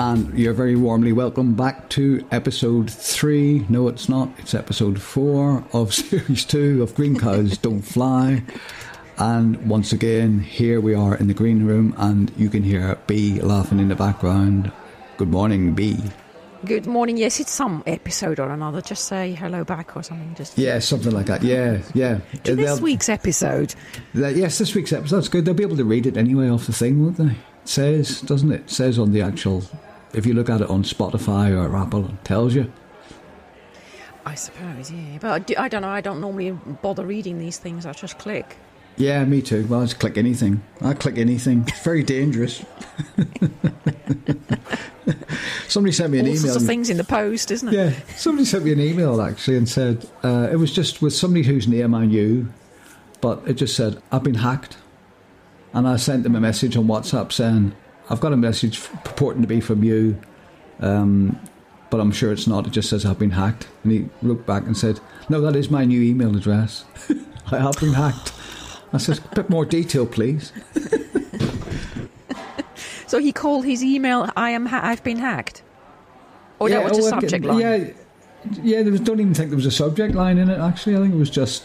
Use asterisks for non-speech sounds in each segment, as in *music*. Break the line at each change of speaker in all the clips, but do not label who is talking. And you're very warmly welcome back to episode three. No, it's not. It's episode four of *laughs* series two of Green Cows Don't Fly. And once again, here we are in the green room, and you can hear Bee laughing in the background. Good morning, Bee.
Good morning. Yes, it's some episode or another. Just say hello back or something. Just
Yeah, something like that. Yeah, yeah.
to this
They'll-
week's episode.
That- yes, this week's episode's good. They'll be able to read it anyway off the thing, won't they? It says, doesn't it? It says on the actual. If you look at it on Spotify or Apple, it tells you.
I suppose, yeah. But I, do, I don't know. I don't normally bother reading these things. I just click.
Yeah, me too. Well, I just click anything. I click anything. It's very dangerous. *laughs* Somebody sent me an
All
email.
sorts of things in the post, isn't it?
Yeah, somebody sent me an email actually and said uh, it was just with somebody whose name I knew, but it just said I've been hacked, and I sent them a message on WhatsApp saying I've got a message purporting to be from you, um, but I'm sure it's not. It just says I've been hacked, and he looked back and said, "No, that is my new email address. *laughs* I have been hacked." I said, "A bit more detail, please."
So he called his email, "I am. Ha- I've been hacked." Or that was
oh,
a
I've-
subject line.
Yeah, yeah. There was, don't even think there was a subject line in it. Actually, I think it was just.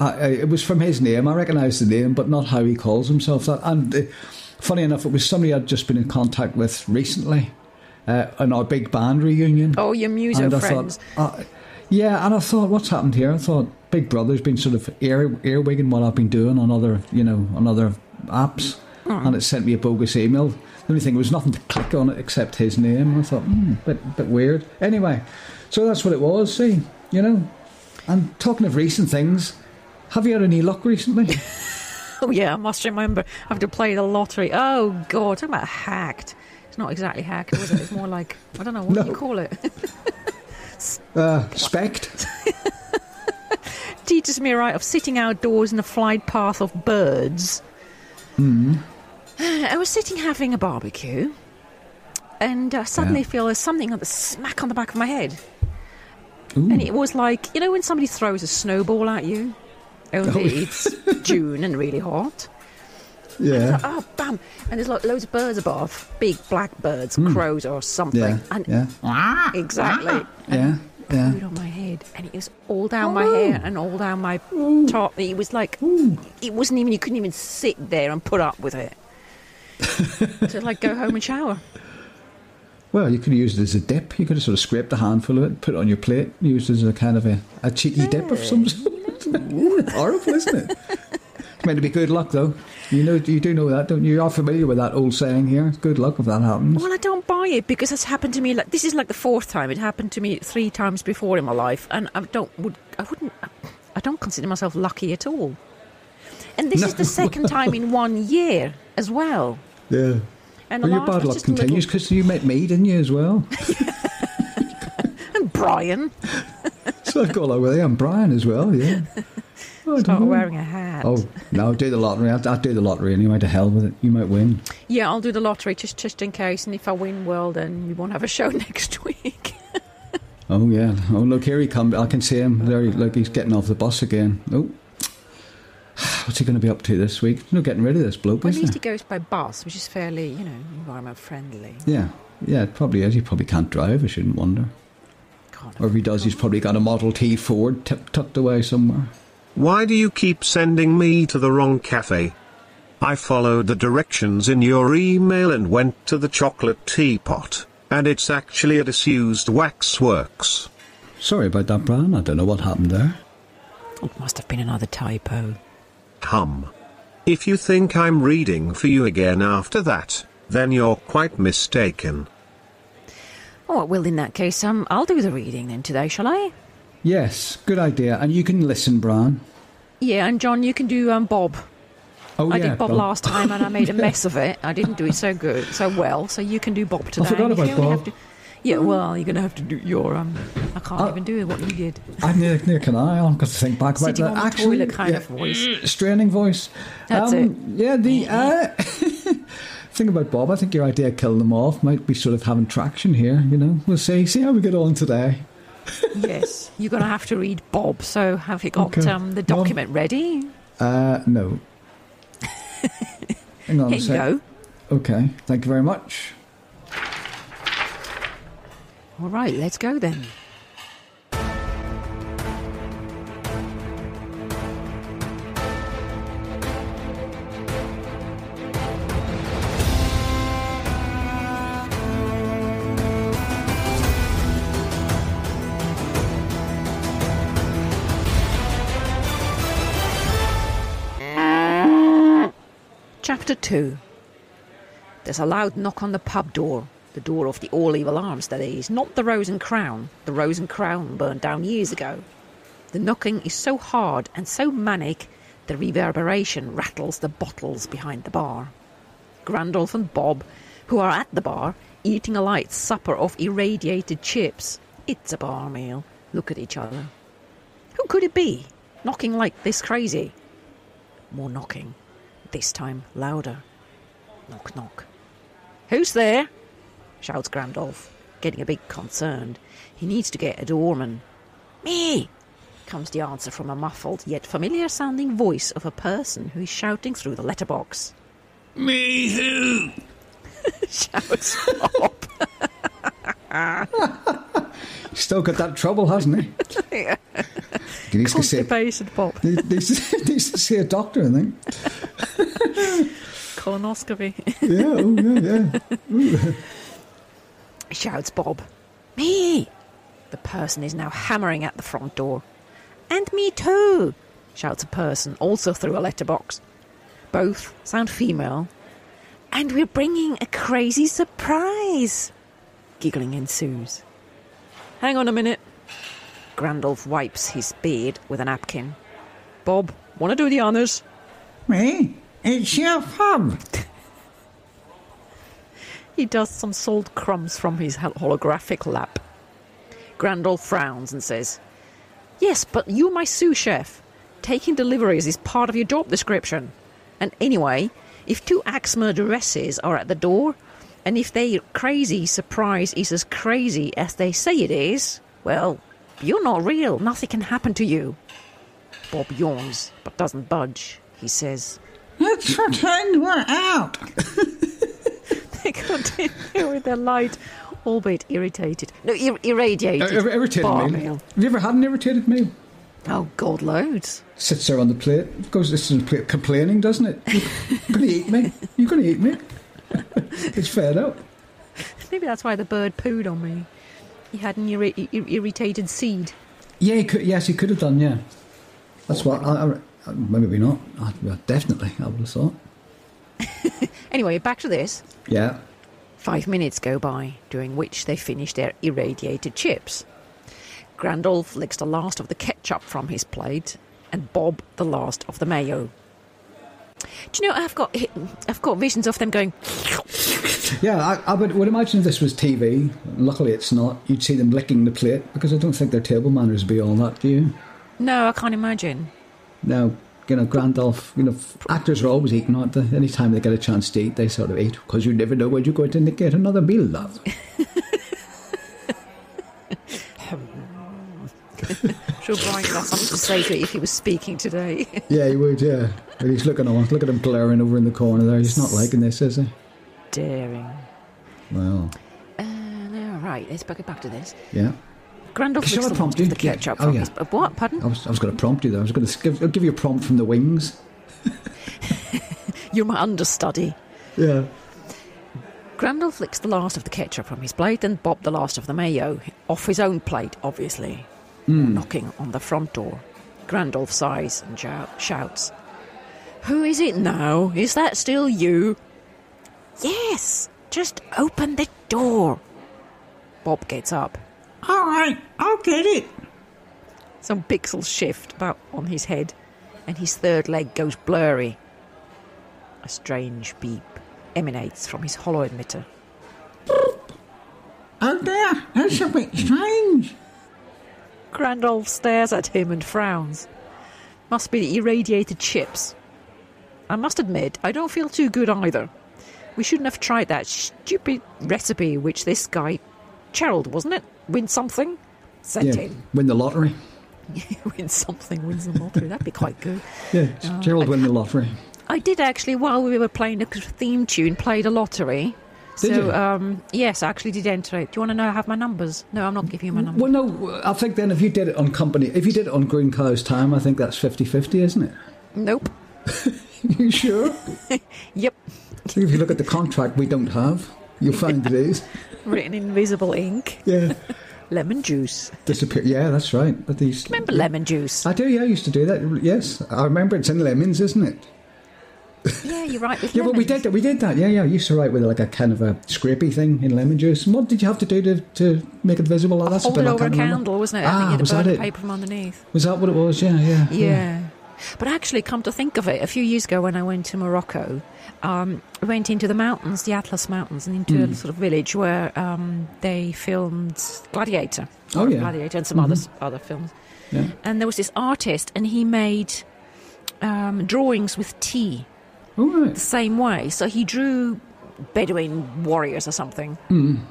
I- I- It was from his name. I recognised the name, but not how he calls himself. That and uh, funny enough, it was somebody I'd just been in contact with recently, uh, in our big band reunion.
Oh, your muso
And I
friends. *laughs*
Thought, uh, yeah, and I thought, what's happened here? I thought Big Brother's been sort of ear, earwigging what I've been doing on other, you know, on other apps, and it sent me a bogus email. The only thing there was nothing to click on it except his name. I thought, hmm, bit bit weird. Anyway, so that's what it was. See, you know, and talking of recent things, have you had any luck recently?
Oh yeah, I must remember. I have to play the lottery. Oh god, talking about hacked. It's not exactly hacked, was it? It's more like I don't know what do
No.
you call it.
uh, spect.
teaches me right of sitting outdoors in a flight path of birds.
Mm.
*sighs* I was sitting having a barbecue, and I suddenly
Yeah.
feel there's something on the smack on the back of my head,
Ooh.
and it was like you know when somebody throws a snowball at you.
Oh, *laughs*
Only it's June and really hot.
yeah.
Oh, bam! And there's like loads of birds above, big black birds, crows or something.
Hmm. Yeah,
and
yeah,
exactly.
yeah, yeah.
food on my head, and it was all down my hair and all down my top. It was like it wasn't even you couldn't even sit there and put up
*laughs*
with it. to like go home and shower.
Well, you could have used it as a dip. You could have sort of scraped a handful of it, put it on your plate, and used it as a kind of a, a cheeky dip of some sort. *laughs* Horrible, isn't it? It's meant to be good luck, though. You know, you do know that, don't you? You are familiar with that old saying here. It's good luck if that happens.
Well, I don't buy it because that's happened to me. Like this is like the fourth time it happened to me three times before in my life, and I don't would I wouldn't I don't consider myself lucky at all. And this is
*laughs*
the second time in one year as well.
Yeah.
And the
Well, your
last
bad
was
luck
just a little-
continues because you met me, didn't you, as
*laughs*
well?
and Brian
so I've got along with you. and Brian as well,
*laughs*
yeah. Oh, I don't
started
know.
wearing a hat.
Oh, no, do the lottery. I'd, I'd do the lottery anyway, to hell with it. You might win.
Yeah, I'll do the lottery just just in case, and if I win, well, then we won't have a show *laughs* next week.
Oh yeah. Oh look, here he comes. I can see him. There, he, look, he's getting off the bus again. Oh, *sighs* what's he going to be up to this week? There's No getting rid of this bloke,
Well, at
is
least
there?
it goes by bus, which is fairly, you know, environment friendly.
Yeah, yeah. It probably is. He probably can't drive. I shouldn't wonder.
Can't
Or if he does, he's probably got a Model T Ford t- tucked away somewhere.
Why do you keep sending me to the wrong cafe? I followed the directions in your email and went to the chocolate teapot, and it's actually a disused waxworks.
Sorry about that, Brian. I don't know what happened there. Oh.
it must have been another typo.
Hum. If you think I'm reading for you again after that, then you're quite mistaken.
Oh well, in that case, um, I'll do the reading then today, shall I?
Yes, good idea. And you can listen, Brian.
Yeah, and John, you can do um, Bob.
Oh
I
yeah,
did Bob,
Brian.
last time, and I
*laughs*
made a mess of it. I didn't do it so good, so well. So you can do Bob today.
forgot
and if
about
you only have
Bob.
to- yeah, well, you're going to have to do your um. I can't
Oh.
even do what you did.
I'm near, near can I? I've got to think back about
Sitting
that.
on the
Actually,
toilet kind
yeah. Mm,
of voice.
straining voice. Um,
That's Mm-hmm.
Yeah, the uh, *laughs* thing about Bob, I think your idea of killing them off might be sort of having traction here. You know, we'll see. See how we get on today.
Yes, you're going to have to read Bob. So have you got
Okay.
um, the
Bob.
document ready?
Uh,
*laughs*
no. Hang on a
Here you
sec.
go.
Okay, thank you very much.
All right, let's go then. Chapter 2 There's a loud knock on the pub door, the door of the All Evil Arms, that is, not the Rose and Crown. The Rose and Crown burned down years ago. The knocking is so hard and so manic, the reverberation rattles the bottles behind the bar. Grandolph and Bob, who are at the bar, eating a light supper of irradiated chips, it's a bar meal, look at each other. Who could it be, knocking like this crazy? More knocking this time louder. Knock, knock. Who's there? shouts Grandolph, getting a bit concerned. He needs to get a doorman. Me! comes the answer from a muffled yet familiar sounding voice of a person who is shouting through the letterbox.
Me who?
*laughs* Shouts Bob.
Still got that trouble, hasn't
*laughs*
he? he needs to see.
Constipated Bob.
He needs to- *laughs* needs to see a doctor, I think.
Colonoscopy.
Yeah, oh, yeah, yeah.
shouts Bob. Me! The person is now hammering at the front door. And me too, shouts a person, also through a letterbox. Both sound female. And we're bringing a crazy surprise! Giggling ensues. Hang on a minute. Grandolph wipes his beard with a napkin. Bob, wanna do the honours?
Me? It's your pub.
He does some salt crumbs from his hol- holographic lap. Grandolph frowns and says, Yes, but you're my sous chef. Taking deliveries is part of your job description. And anyway, if two axe murderesses are at the door, and if their crazy surprise is as crazy as they say it is, well, you're not real. Nothing can happen to you. Bob yawns, but doesn't budge. He says,
Let's pretend we're out.
*laughs* they continue with their light, albeit irritated. No, ir- irradiated.
Uh, Ir- irritated
bar
meal.
meal.
Have you ever had an irritated meal?
Oh God, loads.
Sits there on the plate, goes this on the plate, complaining, doesn't
*laughs*
it? You're going to eat me. You're going to eat me. *laughs* it's fair out.
Maybe that's why the bird pooed on me. He had an irri- ir- irritated seed.
Yeah, he could, yes, he could have done. Yeah, that's what. I, I, maybe not. I, well, definitely, I would have thought.
Anyway, back to this.
Yeah,
Five minutes go by, during which they finish their irradiated chips. Grandolph licks the last of the ketchup from his plate, and Bob the last of the mayo. Do you know I've got I've got visions of them going *laughs*
yeah. I, I would, would imagine if this was TV. Luckily, it's not. You'd see them licking the plate because I don't think their table manners would be all that. Do you?
No, I can't imagine.
Now, you know, Grandolph. You know, f- actors are always eating, aren't they? Any time they get a chance to eat, they sort of eat because you never know when you're going to get another meal, *laughs* love.
Sure, Brian would have something to say to it if he was speaking today. *laughs*
yeah, you would. Yeah, but he's looking on. Look at him glaring over in the corner there. He's not liking this, is he?
Daring.
Well,
Uh, all right, let's back it back to this.
yeah.
Grandolph
Shall
licks
I
the
prompt
last of
you?
the ketchup
Yeah. Oh,
from
yeah.
his... Uh, what? Pardon?
I was, I was going to prompt you there. I was going to give, I'll give you a prompt from the wings. Oh.
You're my understudy.
Yeah.
Grandolph licks the last of the ketchup from his plate and Bob the last of the mayo. Off his own plate, obviously.
Hmm.
Knocking on the front door. Grandolph sighs and shout, shouts, Who is it now? Is that still you? Yes! Just open the door! Bob gets up.
All right, I'll get it.
Some pixels shift about on his head, and his third leg goes blurry. A strange beep emanates from his hollow emitter.
Oh dear, that's a bit strange.
Grandolph stares at him and frowns. Must be the irradiated chips. I must admit, I don't feel too good either. We shouldn't have tried that stupid recipe which this guy, Gerald, wasn't it? Win something? Sent
Yeah.
him. *laughs*
Win the lottery.
win something, wins the lottery. That'd be quite good.
Yeah. Gerald win the lottery.
I did actually, while we were playing the theme tune, play the lottery.
Did
so
you?
Um, yes, I actually did enter it. Do you want to know? I have my numbers. No, I'm not giving you my numbers.
Well, no, I think then if you did it on company, if you did it on Green Colours time, I think that's 50 50, isn't it?
Nope.
*laughs* You sure?
Yep.
if you look at the contract we don't have, you'll find it is.
Written in invisible ink.
Yeah.
Lemon juice.
Disappear. Yeah, that's right. But these.
Remember lemon juice?
I do, yeah, I used to do that. Yes, I remember it's in lemons, isn't it?
yeah, you're right. With
Yeah, but we did
lemons.
that. We did that. Yeah, yeah. I used to write with like a kind of a scrapey thing in lemon juice. And what did you have to do to, to make it visible? Oh, that's
Hold
a
it
bit I
over a
can't remember.
candle, wasn't it? I
Ah,
think you had
was
to burn
that
the
it?
paper from underneath.
Was that what it was? Yeah, yeah.
Yeah. But actually, come to think of it, a few years ago when I went to Morocco, um, I went into the mountains, the Atlas Mountains, and into
Mm.
a sort of village where um, they filmed Gladiator.
Oh, yeah. Mm-hmm.
Gladiator and some other, other films.
Yeah.
And there was this artist, and he made um, drawings with tea
All right.
the same way. So he drew Bedouin warriors or something.
Mm-hmm.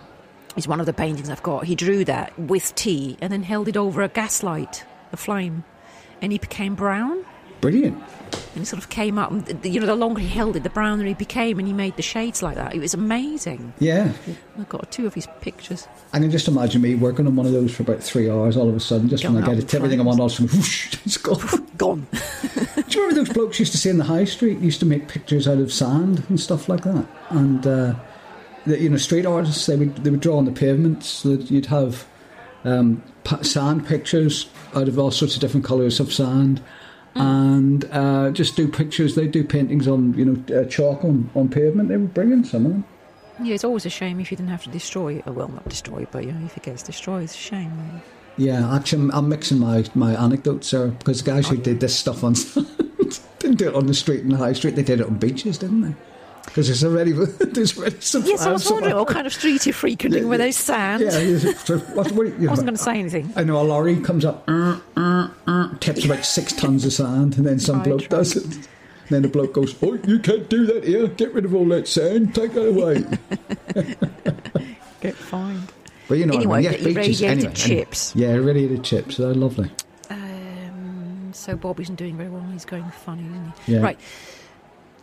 It's one of the paintings I've got. He drew that with tea and then held it over a gaslight, a flame, and he became brown.
Brilliant.
And it sort of came up. And th- you know, the longer he held it, the browner he became, and he made the shades like that. It was amazing.
Yeah.
I've got two of his pictures.
I can just imagine me working on one of those for about three hours. All of a sudden, just when
Going
I get
up
it, everything I want, all of a sudden, whoosh, *laughs* it's gone.
*laughs* Gone.
Do you remember those blokes used to see in the high street used to make pictures out of sand and stuff like that? And uh, the, you know, street artists they would they would draw on the pavements so that you'd have um, pa- sand pictures out of all sorts of different colours of sand,
Mm.
and uh, just do pictures. They do paintings on you know uh, chalk on, on pavement. They were brilliant. Some of them.
yeah, it's always a shame if you didn't have to destroy it. Oh, well, not destroy it, but you know, if it gets destroyed, it's a shame. Really.
Yeah, actually, I'm- I'm mixing my, my anecdotes there because the guys who did this stuff on *laughs* didn't do it on the street and the high street. They did it on beaches, didn't they? Because there's already *laughs* there's already some.
Yes, I was
some-
*laughs* wondering what kind of street you're frequenting where there's sand.
Yeah, yes, so what, what, you
I wasn't
know,
going to say anything.
I know a lorry comes up, uh, uh, uh, tips about six tons of sand, and then some
Right,
bloke
right.
does it. And then the bloke goes, "Oh, you can't do that here. Get rid of all that sand. Take that
*laughs*
away."
*laughs* Get fined.
But you know, what I
Anyway,
mean. yeah,
the
beaches,
irradiated
anyway, anyway.
chips.
Yeah, irradiated chips. They're lovely.
Um, so Bob isn't doing very well. He's going funny, isn't he?
Yeah.
Right.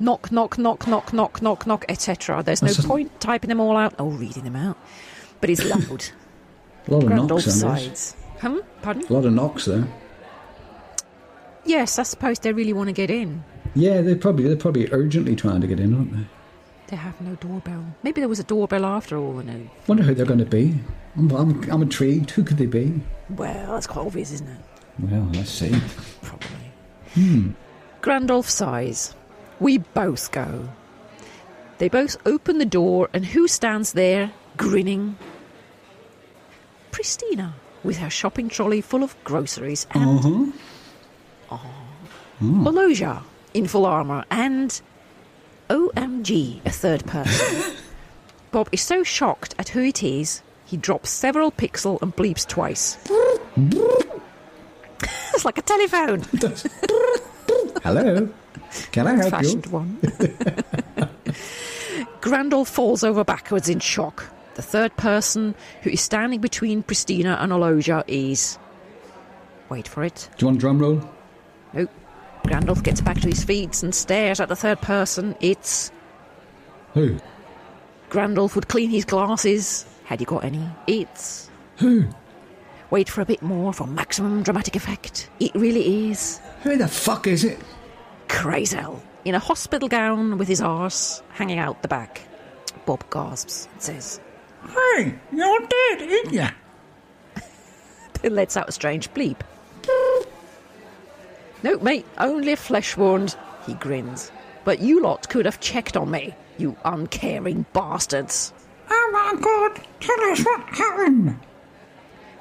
Knock, knock, knock, knock, knock, knock, knock, etc. There's no
That's a-
point typing them all out or reading them out. But it's loud.
A lot of
Grand
knocks. there is.
offsides. Hmm? Pardon?
A lot of knocks there.
Yes, I suppose they really want to get in.
Yeah, they're probably they're probably urgently trying to get in, aren't they?
They have no doorbell. Maybe there was a doorbell after all. And a,
Wonder who they're going to be. I'm, I'm, I'm intrigued. Who could they be?
well, that's quite obvious, isn't it?
Well, let's see.
Probably. Hmm. Grandolph sighs. We both go. They both open the door, and who stands there, grinning? Pristina, with her shopping trolley full of groceries, and Ah.
Uh-huh.
Hmm. Bologna in full armour, and OMG, a third person. *laughs* Bob is so shocked at who it is, he drops several pixel and bleeps twice. it's like a telephone.
Hello. Can I help you?
fashioned one. *laughs* Grandall falls over backwards in shock. The third person who is standing between Pristina and Oloja is. Wait for it.
Do you want a drum roll?
Nope. Grandolph gets back to his feet and stares at the third person. It's.
Who?
Grandolph would clean his glasses. Had he got any? It's.
Who?
Wait for a bit more for maximum dramatic effect. It really is.
Who the fuck is it?
Crazel. In a hospital gown with his arse hanging out the back. Bob gasps and says.
Hey, you're dead, ain't ya?
It lets out a strange bleep. No, mate, only a flesh wound. He grins. But you lot could have checked on me, you uncaring bastards.
Oh my god, tell us what happened.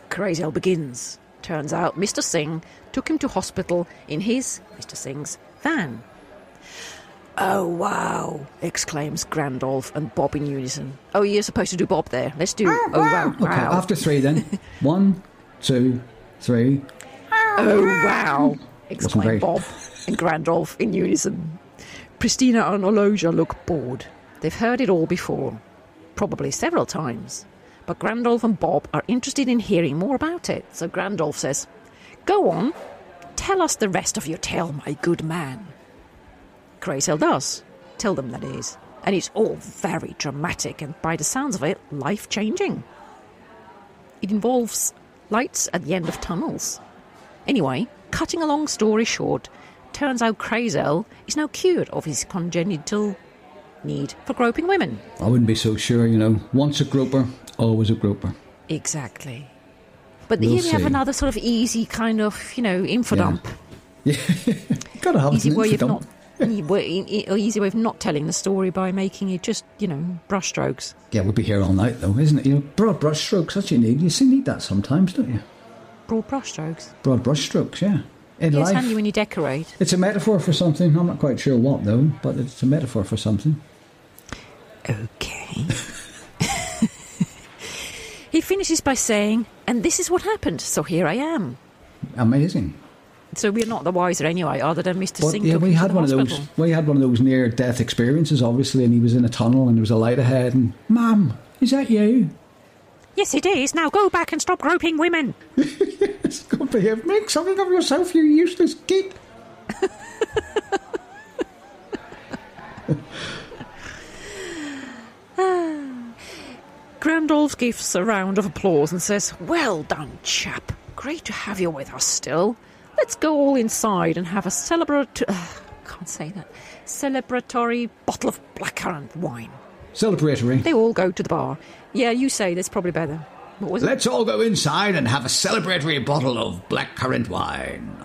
Crazel begins. Turns out Mr. Singh took him to hospital in his, Mr. Singh's, van. Oh, wow, exclaims Grandolph and Bob in unison. Oh, you're supposed to do Bob there. Let's do.
Oh,
Oh, wow,
Okay,
wow.
after three then.
*laughs*
One, two, three.
*laughs* Oh, wow!
Wasn't very-
exclaimed Bob and Grandolph in unison. Pristina and Oloja look bored. They've heard it all before, probably several times. But Grandolph and Bob are interested in hearing more about it, so Grandolph says, Go on, tell us the rest of your tale, my good man. Crazel does. Tell them that is. And it's all very dramatic and, by the sounds of it, life changing. It involves lights at the end of tunnels. Anyway, cutting a long story short, turns out Crazel is now cured of his congenital need for groping women.
I wouldn't be so sure, you know. Once a grouper, always a grouper.
Exactly. But
We'll
here we have
see.
another sort of easy kind of, you know, info
Yeah.
dump.
Gotta have
Easy
an
way of
infidel.
not. e- *laughs* way- e- or easy way of not telling the story by making it just, you know, brushstrokes.
Yeah, we'll be here all night though, isn't it? You know, broad brush strokes, that's what you need. You see, need that sometimes, don't you?
Broad brushstrokes.
Broad brush strokes, yeah. In
Yeah, It's handy
life,
when you decorate.
it's a metaphor for something. I'm not quite sure what though, but it's a metaphor for something.
Okay. *laughs*
*laughs*
he finishes by saying, and this is what happened, so here I am.
Amazing.
So we're not the wiser anyway, other than Mr.
But
Singh.
yeah,
took
we
him to
had
the
one of those.
hospital.
We had one of those near-death experiences, obviously, and he was in a tunnel and there was a light ahead. And ma'am, is that you? *laughs*
Yes, it is. Now go back and stop groping women.
It's going to be here. Make something of yourself, you useless git.
Grandolph gives a round of applause and says, Well done, chap. Great to have you with us still. Let's go all inside and have a celebratory. *sighs* can't say that. Celebratory bottle of blackcurrant wine.
Celebratory.
They all go to the bar. Yeah, you say that's probably better. What was it?
Let's all go inside and have a celebratory bottle of blackcurrant wine.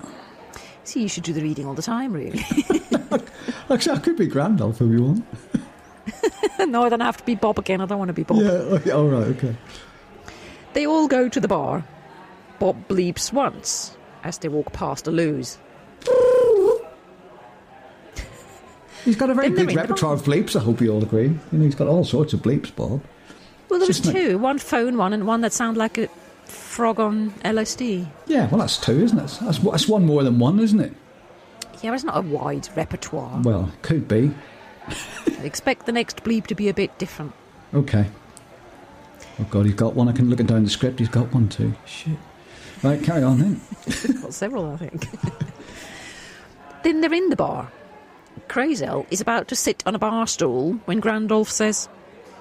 See, you should do the reading all the time, really. *laughs*
Actually, I could be Grandolph if you want.
no, I don't have to be Bob again. I don't want to be Bob.
*laughs* Yeah, okay, all right, okay.
They all go to the bar. Bob bleeps once as they walk past a lose.
He's got a very
Then they're
big
in the
repertoire of bleeps, I hope you all agree. You know, he's got all sorts of bleeps, Bob.
Well, there was
Just like-
two one phone one and one that sounded like a frog on LSD.
Yeah, well, that's two, isn't it? That's, that's one more than one, isn't it?
Yeah, it's not a wide repertoire.
Well, could be.
Expect the next bleep to be a bit different.
Okay. Oh, God, he's got one. I can look down the script. He's got one, too. Shit. Right, carry on then.
Got several, I think. *laughs* then they're in the bar. Crazel is about to sit on a bar stool when Grandolph says,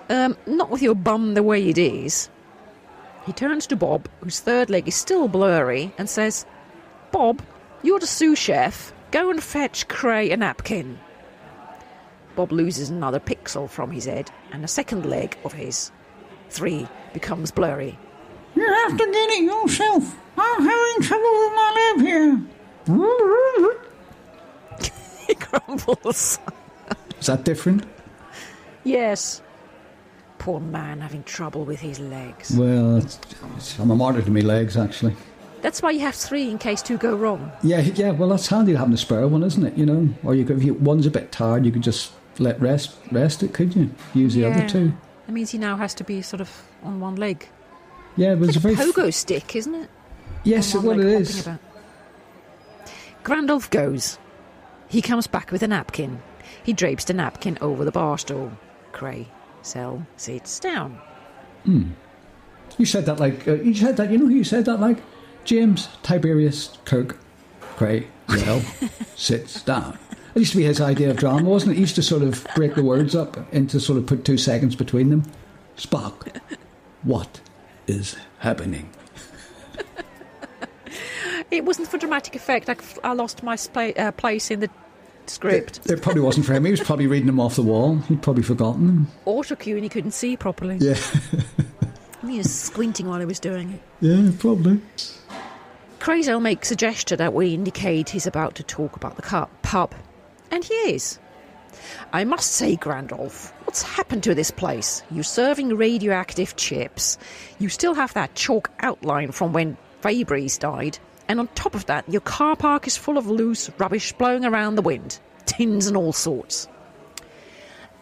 um, Not with your bum the way it is. He turns to Bob, whose third leg is still blurry, and says, Bob, you're the sous chef. Go and fetch Cray a napkin. Bob loses another pixel from his head, and a second leg of his three becomes blurry. *laughs*
You have to get it yourself. I'm having trouble with my lab here.
He grumbles.
Is that different?
Yes. Poor man having trouble with his legs.
Well, it's, it's, I'm a martyr to my legs, actually.
That's why you have three in case two go wrong.
Yeah, yeah. Well, that's handy having a spare one, isn't it? You know, or you could, if you, one's a bit tired, you could just let rest rest it, could you? Use the other two.
That means he now has to be sort of on one leg.
Yeah, it was
It's
a
like
very
a pogo stick, isn't it?
yes,
On
well it
one leg hopping
is.
about. Grandolph goes. He comes back with a napkin. He drapes the napkin over the bar stool. Cray Cell sits down.
You said that like uh, you said that. You know who you said that like? James Tiberius Kirk Cray
*laughs*
Well sits down. It used to be his idea of drama, wasn't it? He used to sort of break the words up and to sort of put two seconds between them. Spock, what is happening?
It wasn't for dramatic effect. I, I lost my spa- uh, place in the script.
It probably wasn't for him. He was probably reading them off the wall. He'd probably forgotten them.
Autocue and he couldn't see properly. *laughs*
Yeah.
He was squinting while he was doing it.
Yeah, probably.
Crazel makes a gesture that will indicate he's about to talk about the cu- pub. And he is. I must say, Grandolph, what's happened to this place? You're serving radioactive chips. You still have that chalk outline from when Fabry's died. And on top of that, your car park is full of loose rubbish blowing around the wind, tins and all sorts.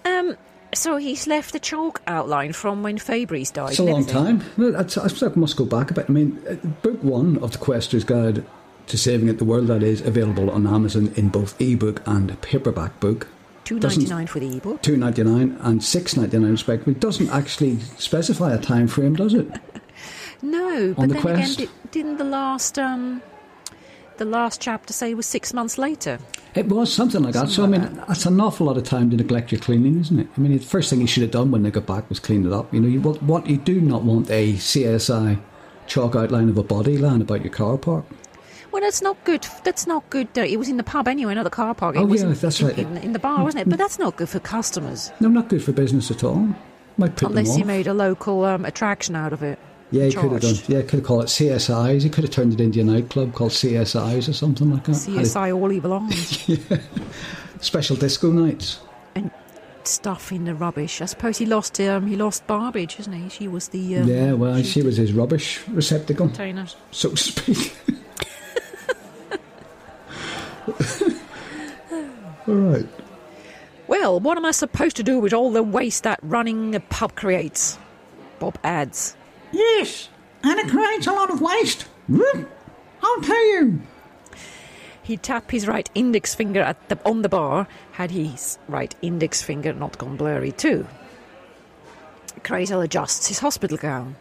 Um, so he's left the chalk outline from when Fabry's died.
It's a
and
long
everything.
time. No, that's, I suppose I must go back a bit. I mean, uh, book one of the Quester's Guide to Saving It the World, that is, available on Amazon in both ebook and paperback book.
Two
Doesn't-
ninety nine for the ebook.
Two ninety nine and six ninety nine respectively doesn't actually specify a time frame, does it?
No, but
the
then
quest.
again, di- didn't the last um, the last chapter say it was six months later?
It was something like that. so, I mean, that's an awful lot of time to neglect your cleaning, isn't it? I mean, the first thing you should have done when they got back was clean it up. You know, you, what, what you do not want a CSI chalk outline of a body lying about your car park.
Well, that's not good. That's not good. uh, It was in the pub anyway, not the car park. It
Oh,
was
yeah,
in,
that's
in-
right.
In, in the bar, wasn't it? But that's not good for customers
No, not good for business at all. Might put
unless you
them off.
made a local um, attraction out of it.
yeah, he could have
charged.
done. Yeah, could have called it CSIs. He could have turned it into a nightclub called CSIs or something like that. Had a
CSI all evil arms *laughs*
Special disco nights.
and stuff in the rubbish. I suppose he lost. Um, he lost Barbage, isn't he? She was the um,
yeah, well, she was his rubbish receptacle,
container.
so to speak. *laughs* all right.
Well, what am I supposed to do with all the waste that running a pub creates? Bob adds.
Yes, and it creates a lot of waste. Whoop. I'll tell you.
He'd tap his right index finger at the, on the bar had his right index finger not gone blurry too. Crazel adjusts his hospital gown.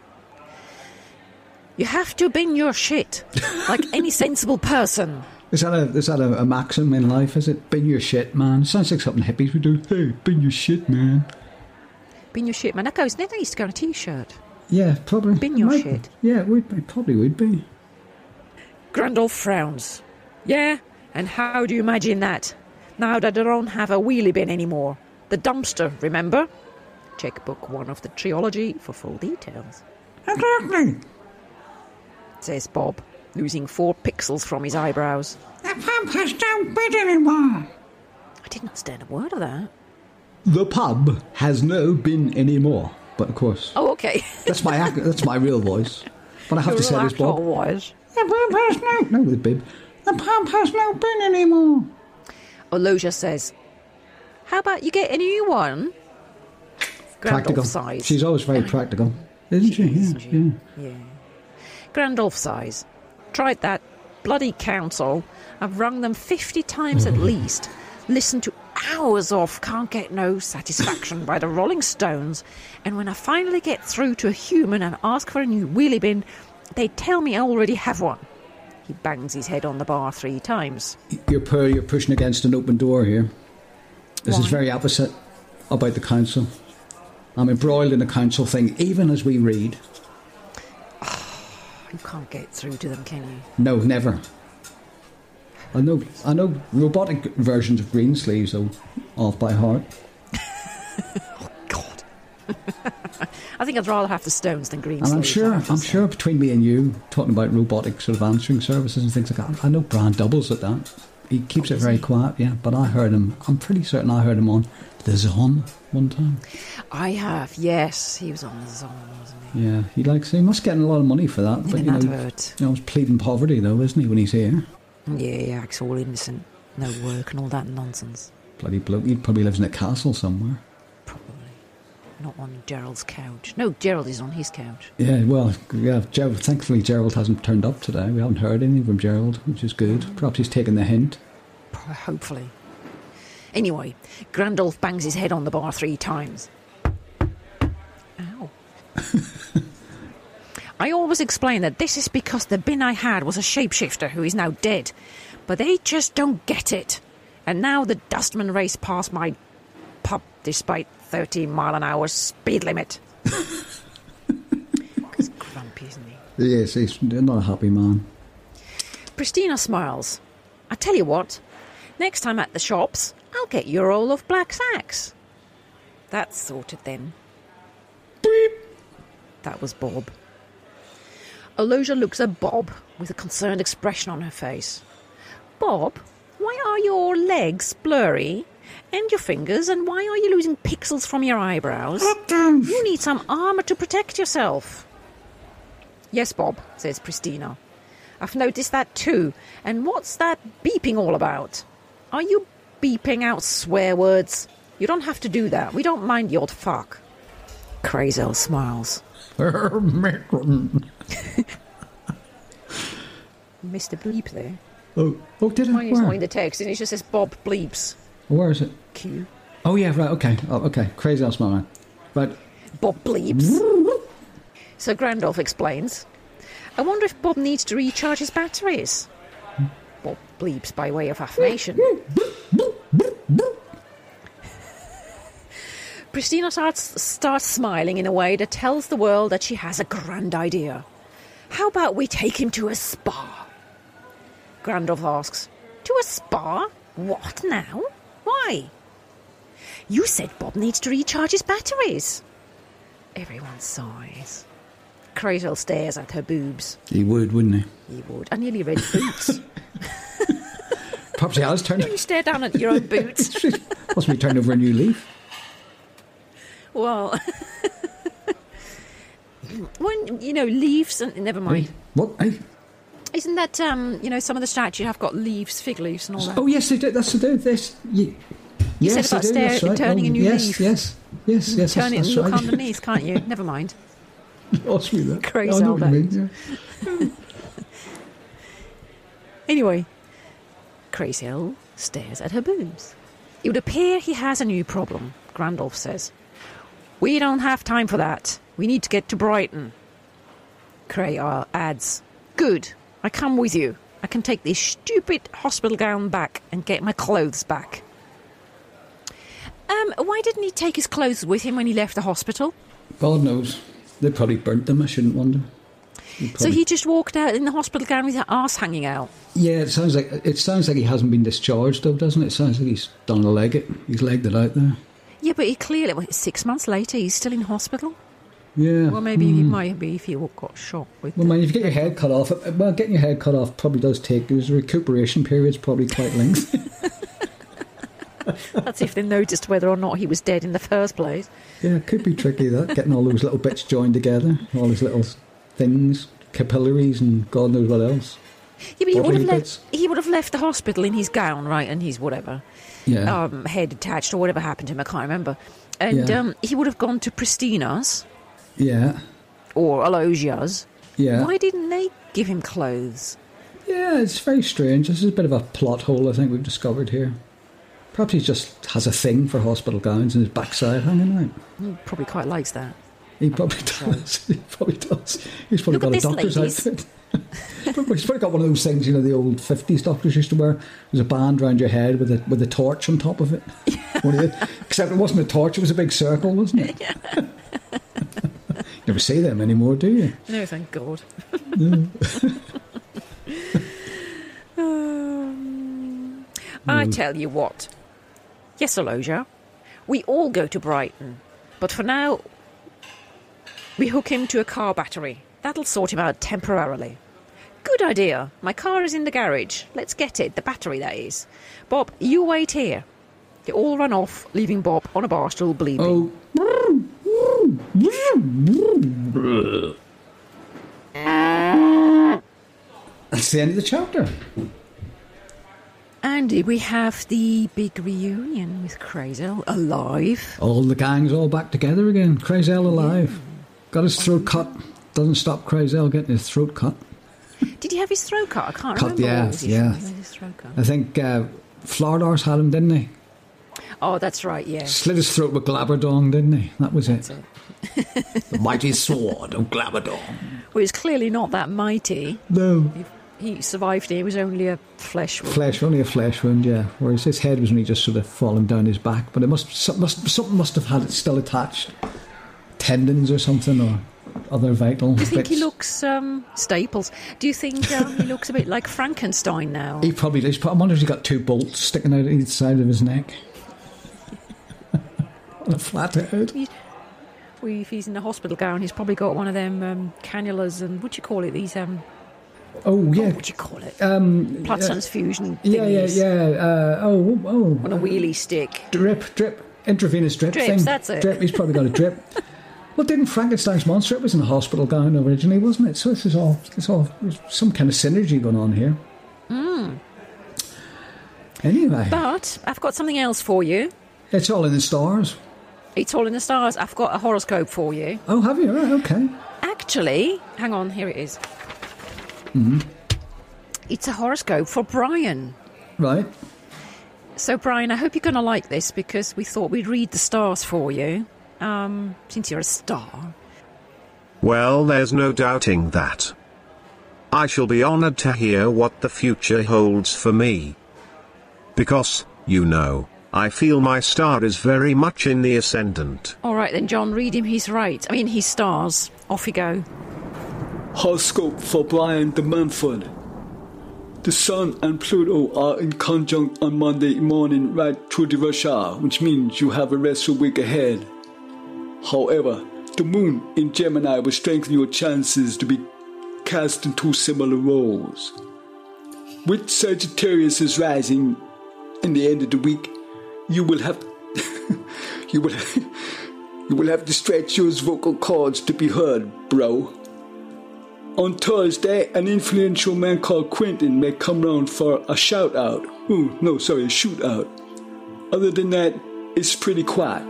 You have to bin your shit, like any sensible person.
Is that a is that a, a maxim in life? Is it bin your shit, man? Sounds like something hippies would do. Hey, bin your shit, man.
Bin your shit, man. That goes. That used to go on a t-shirt.
Yeah, probably.
Bin your
Might-
shit.
Yeah, it would be. Probably would be.
Grandolph frowns. Yeah, and how do you imagine that? Now that they don't have a wheelie bin anymore. The dumpster, remember? Check book one of the trilogy for full details,
Exactly.
says Bob, losing four pixels from his eyebrows.
The pub has no bed anymore.
I did not stand a word of that.
The pub has no bin anymore. But of course,
Oh, okay.
that's my ac- that's my real voice. But I have to say this, Bob.
was.
The pub has no.
No, the bib.
The pub has no bed anymore.
Oloja says, How about you get a new one?
Practical.
Grandolph sighs.
She's always very practical, isn't she? Yeah,
isn't she?
yeah.
Yeah. Grandolph sighs. Tried that bloody council. I've rung them 50
*laughs*
times at least. Listened to hours off, can't get no satisfaction by the Rolling Stones. And when I finally get through to a human and ask for a new wheelie bin, they tell me I already have one. He bangs his head on the bar three times.
You're pu- you're pushing against an open door here. This is
Why?
very opposite about the council. I'm embroiled in the council thing, even as we read.
You can't get through to them, can you?
No, never. I know, I know robotic versions of green sleeves though, off by heart.
God. I think I'd rather have the Stones than Green
And I'm sure, I'm sure between me and you, talking about robotic sort of answering services and things like that, I know Brian doubles at that. He keeps it very quiet, yeah. But I heard him. I'm pretty certain I heard him on the Zon one time.
I have, yes. He was on the zone, wasn't he?
Yeah, he likes. He must get a lot of money for that. But
Even
you know,
that
you
hurt.
know, he's pleading poverty though, isn't he? When he's here,
Yeah, he acts all innocent. No work and all that nonsense.
bloody bloke. He probably lives in a castle somewhere.
Probably. Not on Gerald's couch. No, Gerald is on his couch.
Yeah, well, yeah, Gerald, thankfully Gerald hasn't turned up today. We haven't heard anything from Gerald, which is good. Perhaps he's taken the hint.
Pro- Hopefully. Anyway, Grandolph bangs his head on the bar three times. Ow. *laughs* I always explain that this is because the bin I had was a shapeshifter who is now dead. But they just don't get it. And now the dustmen race past my pub despite 30 mile an hour speed limit. *laughs* He's grumpy, isn't he?
Yes, he's not a happy man. *laughs*
Pristina smiles. I tell you what, next time at the shops, I'll get your roll of black sacks. That's sorted then. That was Bob. Aloja looks at Bob with a concerned expression on her face. Bob, why are your legs blurry? And your fingers, and why are you losing pixels from your eyebrows?
What the?
You need some armor to protect yourself. Yes, Bob, says Pristina. I've noticed that too. And what's that beeping all about? Are you beeping out swear words? You don't have to do that. We don't mind the odd fuck. Crazel smiles.
Oh,
Mr. Bleep there.
Oh, oh, did
Mine
it?
is not in
Where?
the text, and it just says Bob Bleeps.
Where is it?
Q.
Oh yeah, right. Okay. Oh, okay. Crazy ass man. eh? Right.
Bob
Hmm?
Bleeps. so Grandolph explains. I wonder if Bob needs to recharge his batteries. or bleeps by way of affirmation. Christina starts, starts smiling in a way that tells the world that she has a grand idea. How about we take him to a spa? Gandalf asks, To a spa? What now? Why? You said Bob needs to recharge his batteries. Everyone sighs. Crazel stares at her boobs.
He would, wouldn't he?
He would. I nearly read boots.
Perhaps he has turned.
you stare down at your own boots.
*laughs* Must be turned over a new leaf.
Well, *laughs* when you know leaves and never mind.
Hey, what? Hey?
Isn't that um you know some of the statues have got leaves, fig leaves, and all that?
Oh yes, they do. That's they do. This. You,
You
yes,
said about
they do.
stair-
That's right.
turning a
Oh,
new
yes,
leaf. Mm,
Yes, yes, yes. yes
Turn it and
that's,
look
that's *laughs* right.
underneath, can't you? Never mind.
Ask me that.
Crazy
I know what you
Albert.
mean.
Anyway, Crazy Hill stares at her boobs. It would appear he has a new problem, Grandolph says. We don't have time for that. We need to get to Brighton. Cray uh, adds, Good. I come with you. I can take this stupid hospital gown back and get my clothes back. Um, why didn't he take his clothes with him when he left the hospital?
God knows. They probably burnt them. I shouldn't wonder. They
So
probably-
he just walked out in the hospital gown with her ass hanging out.
Yeah, it sounds like it sounds like he hasn't been discharged though, doesn't it? It sounds like he's done a leg it. He's legged it out there.
Yeah, but he clearly, well, six months later, he's still in hospital.
Yeah.
Well, maybe he might be if he got shot with.
Hmm. Well,
the-
man, if you get your head cut off, uh, well, getting your head cut off probably does take. His recuperation period's probably quite lengthy.
*laughs* That's if they noticed whether or not he was dead in the first place.
yeah, it could be tricky that getting all those little bits joined together, all these little things, capillaries, and God knows what else.
Yeah, but he
Bodily
would have left.
bits.
He would have left the hospital in his gown, right, and his whatever
Yeah.
um, head attached or whatever happened to him. I can't remember. And
Yeah.
um, he would have gone to Pristina's
yeah.
or Alosia's.
Yeah.
Why didn't they give him clothes?
Yeah, it's very strange. This is a bit of a plot hole, I think, we've discovered here. Perhaps he just has a thing for hospital gowns and his backside hanging out.
He probably quite likes that.
He probably does. *laughs* He probably does. He's probably
Look at
got a
this,
doctor's
ladies.
outfit. *laughs* He's probably got one of those things, you know, the old fifties doctors used to wear. There's a band round your head with a with a torch on top
*laughs*
of it. One of the- except it wasn't a torch; it was a big circle, wasn't it? *laughs* you never see them anymore, do
*laughs*
you?
No, thank God. um, I tell you what. Yes, Aloja. We all go to Brighton. But for now, we hook him to a car battery. That'll sort him out temporarily. Good idea. My car is in the garage. Let's get it. The battery, that is. Bob, you wait here. They all run off, leaving Bob on a barstool bleeding.
Oh, that's the end of the chapter.
And we have the big reunion with Crazel alive.
All the gang's all back together again. Crazel alive. Got his throat cut. Doesn't stop Crazel getting his throat cut.
Did he have his throat cut? I can't
Cut,
remember.
yeah,
what was his-
yeah.
he had his throat cut.
I think uh, Floridar's had him, didn't he?
Oh, that's right. Yeah.
Slit his throat with Glaberdong, didn't he? That was it.
That's it. *laughs*
The mighty sword of Glabadon.
Well, he's clearly not that mighty.
No.
He survived. It It was only a flesh wound.
Flesh, only a flesh wound, yeah. Whereas his head was only just sort of falling down his back, but it must, some- must something must have had it still attached, tendons or something or other vital
Do you think
bits.
he looks um, Staples? Do you think um, he looks a bit like Frankenstein now?
He probably does. I wonder if he's got two bolts sticking out at each side of his neck. *laughs* On a flat head.
Well, If he's in a hospital gown, he's probably got one of them um, cannulas and what do you call it? These um,
Oh
oh,
yeah,
what do you call it? Um, Blood transfusion.
yeah, yeah,
thingies
yeah. Uh, oh, oh,
On a wheelie stick.
drip, drip, intravenous drip
Drips,
thing.
that's it.
Drip. He's probably got a drip.
*laughs*
well, didn't Frankenstein's monster? It was in a hospital gown originally, wasn't it? So this is all. It's all. There's some kind of synergy going on here.
Hmm.
Anyway,
But I've got something else for you.
it's all in the stars.
It's all in the stars. I've got a horoscope for you.
Oh, have you? Right, okay.
Actually, hang on, here it is. It's a horoscope for Brian.
Right.
So, Brian, I hope you're going to like this because we thought we'd read the stars for you. Um, since you're a star.
Well, there's no doubting that. I shall be honored to hear what the future holds for me. Because, you know, I feel my star is very much in the ascendant.
All right then, John, read him He's right. I mean, his stars. Off you go.
Horoscope for Brian de Manford. The Sun and Pluto are in conjunct on Monday morning right through the rush hour, which means you have a restful week ahead. However, the Moon in Gemini will strengthen your chances to be cast in two similar roles. With Sagittarius is rising in the end of the week, you will have *laughs* you will *laughs* you will have to stretch your vocal cords to be heard, bro. On Thursday, an influential man called Quentin may come round for a shout out. Ooh, no, sorry, a shootout. Other than that, it's pretty quiet.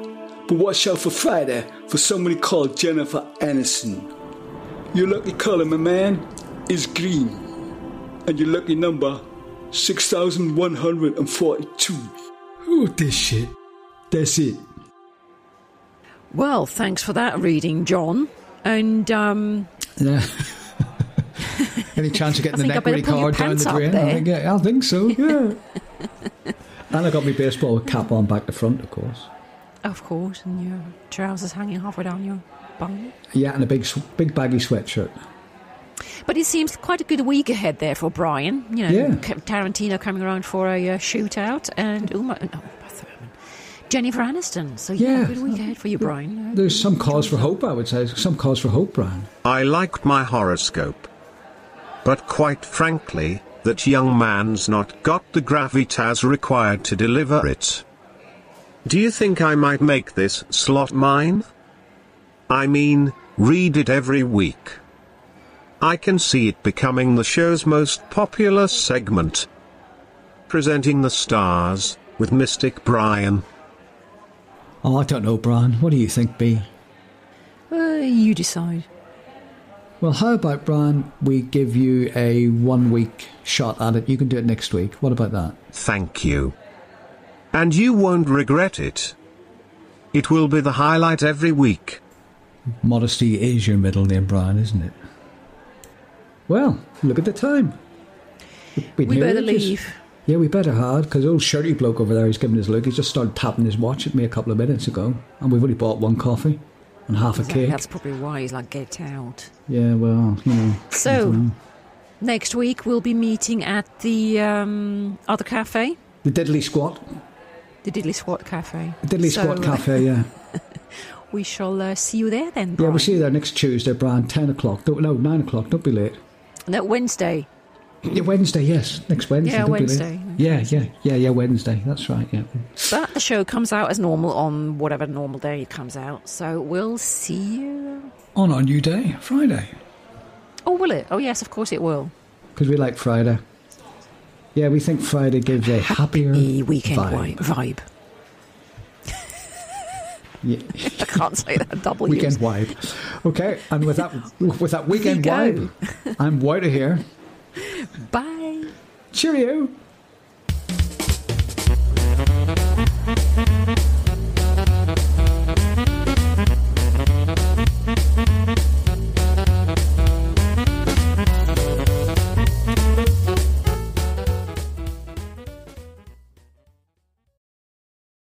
But watch out for Friday for somebody called Jennifer Aniston. Your lucky color, my man, is green. And your lucky number, 6142.
Who this shit?
That's it.
Well, thanks for that reading, John. And um,
Yeah. *laughs* Any chance of
I
getting the
think I
neck
better
really
pull your
card down
pants
the
up
drain? I
there.
think, yeah, I think so,
*laughs*
yeah. and I got my baseball cap on back to front, of course.
of course, and your trousers hanging halfway down your bum.
Yeah, and a big, sw- big baggy sweatshirt.
But it seems quite a good week ahead there for Brian. You know,
Yeah.
Ca- Tarantino coming around for a uh, shootout, and oh my, no, Beth Thurman. Jennifer Aniston. So yeah,
Yeah.
good week ahead for you, Brian.
There's some cause for hope, I would say. Some cause for hope, Brian.
I liked my horoscope. But quite frankly, that young man's not got the gravitas required to deliver it. Do you think I might make this slot mine? I mean, read it every week. I can see it becoming the show's most popular segment. Presenting the stars, with Mystic Brian.
Oh, I don't know, Brian. What do you think, B?
Uh, you decide.
Well, how about, Brian, we give you a one week shot at it? You can do it next week. What about that?
Thank you. And you won't regret it. It will be the highlight every week.
Modesty is your middle name, Brian, isn't it? Well, look at the time. We'd
We
nearly
better
just-
leave.
Yeah, we better hard because old shirty bloke over there who's giving his look. He's just started tapping his watch at me a couple of minutes ago, and we've only bought one coffee and half a cake.
That's probably why he's like, get out.
Yeah, well, you know.
So, next week we'll be meeting at the um, other cafe,
The Diddley Squat.
the Diddley Squat Cafe.
The Diddley
So, *laughs*
Squat
uh,
Cafe, yeah.
We shall uh, see you there then.
Yeah,
Brian.
we'll see you there next Tuesday, Brian, 10 o'clock. Don't, no, 9 o'clock. Don't be late.
No, Wednesday.
Yeah, Wednesday, yes. Next Wednesday.
Yeah,
don't be late.
Wednesday.
Yeah, yeah, yeah, yeah, Wednesday. That's right, yeah.
But the show comes out as normal on whatever normal day it comes out. So we'll see you.
On our new day, Friday.
Oh, will it? Oh, yes, of course it will.
Because we like Friday. Yeah, we think Friday gives a happier
E weekend
Mm. vibe.
vibe. vibe.
Yeah.
I can't say that double.
Weekend vibe. Okay, and with that with that weekend
go.
vibe, I'm out of here.
Bye.
Cheerio.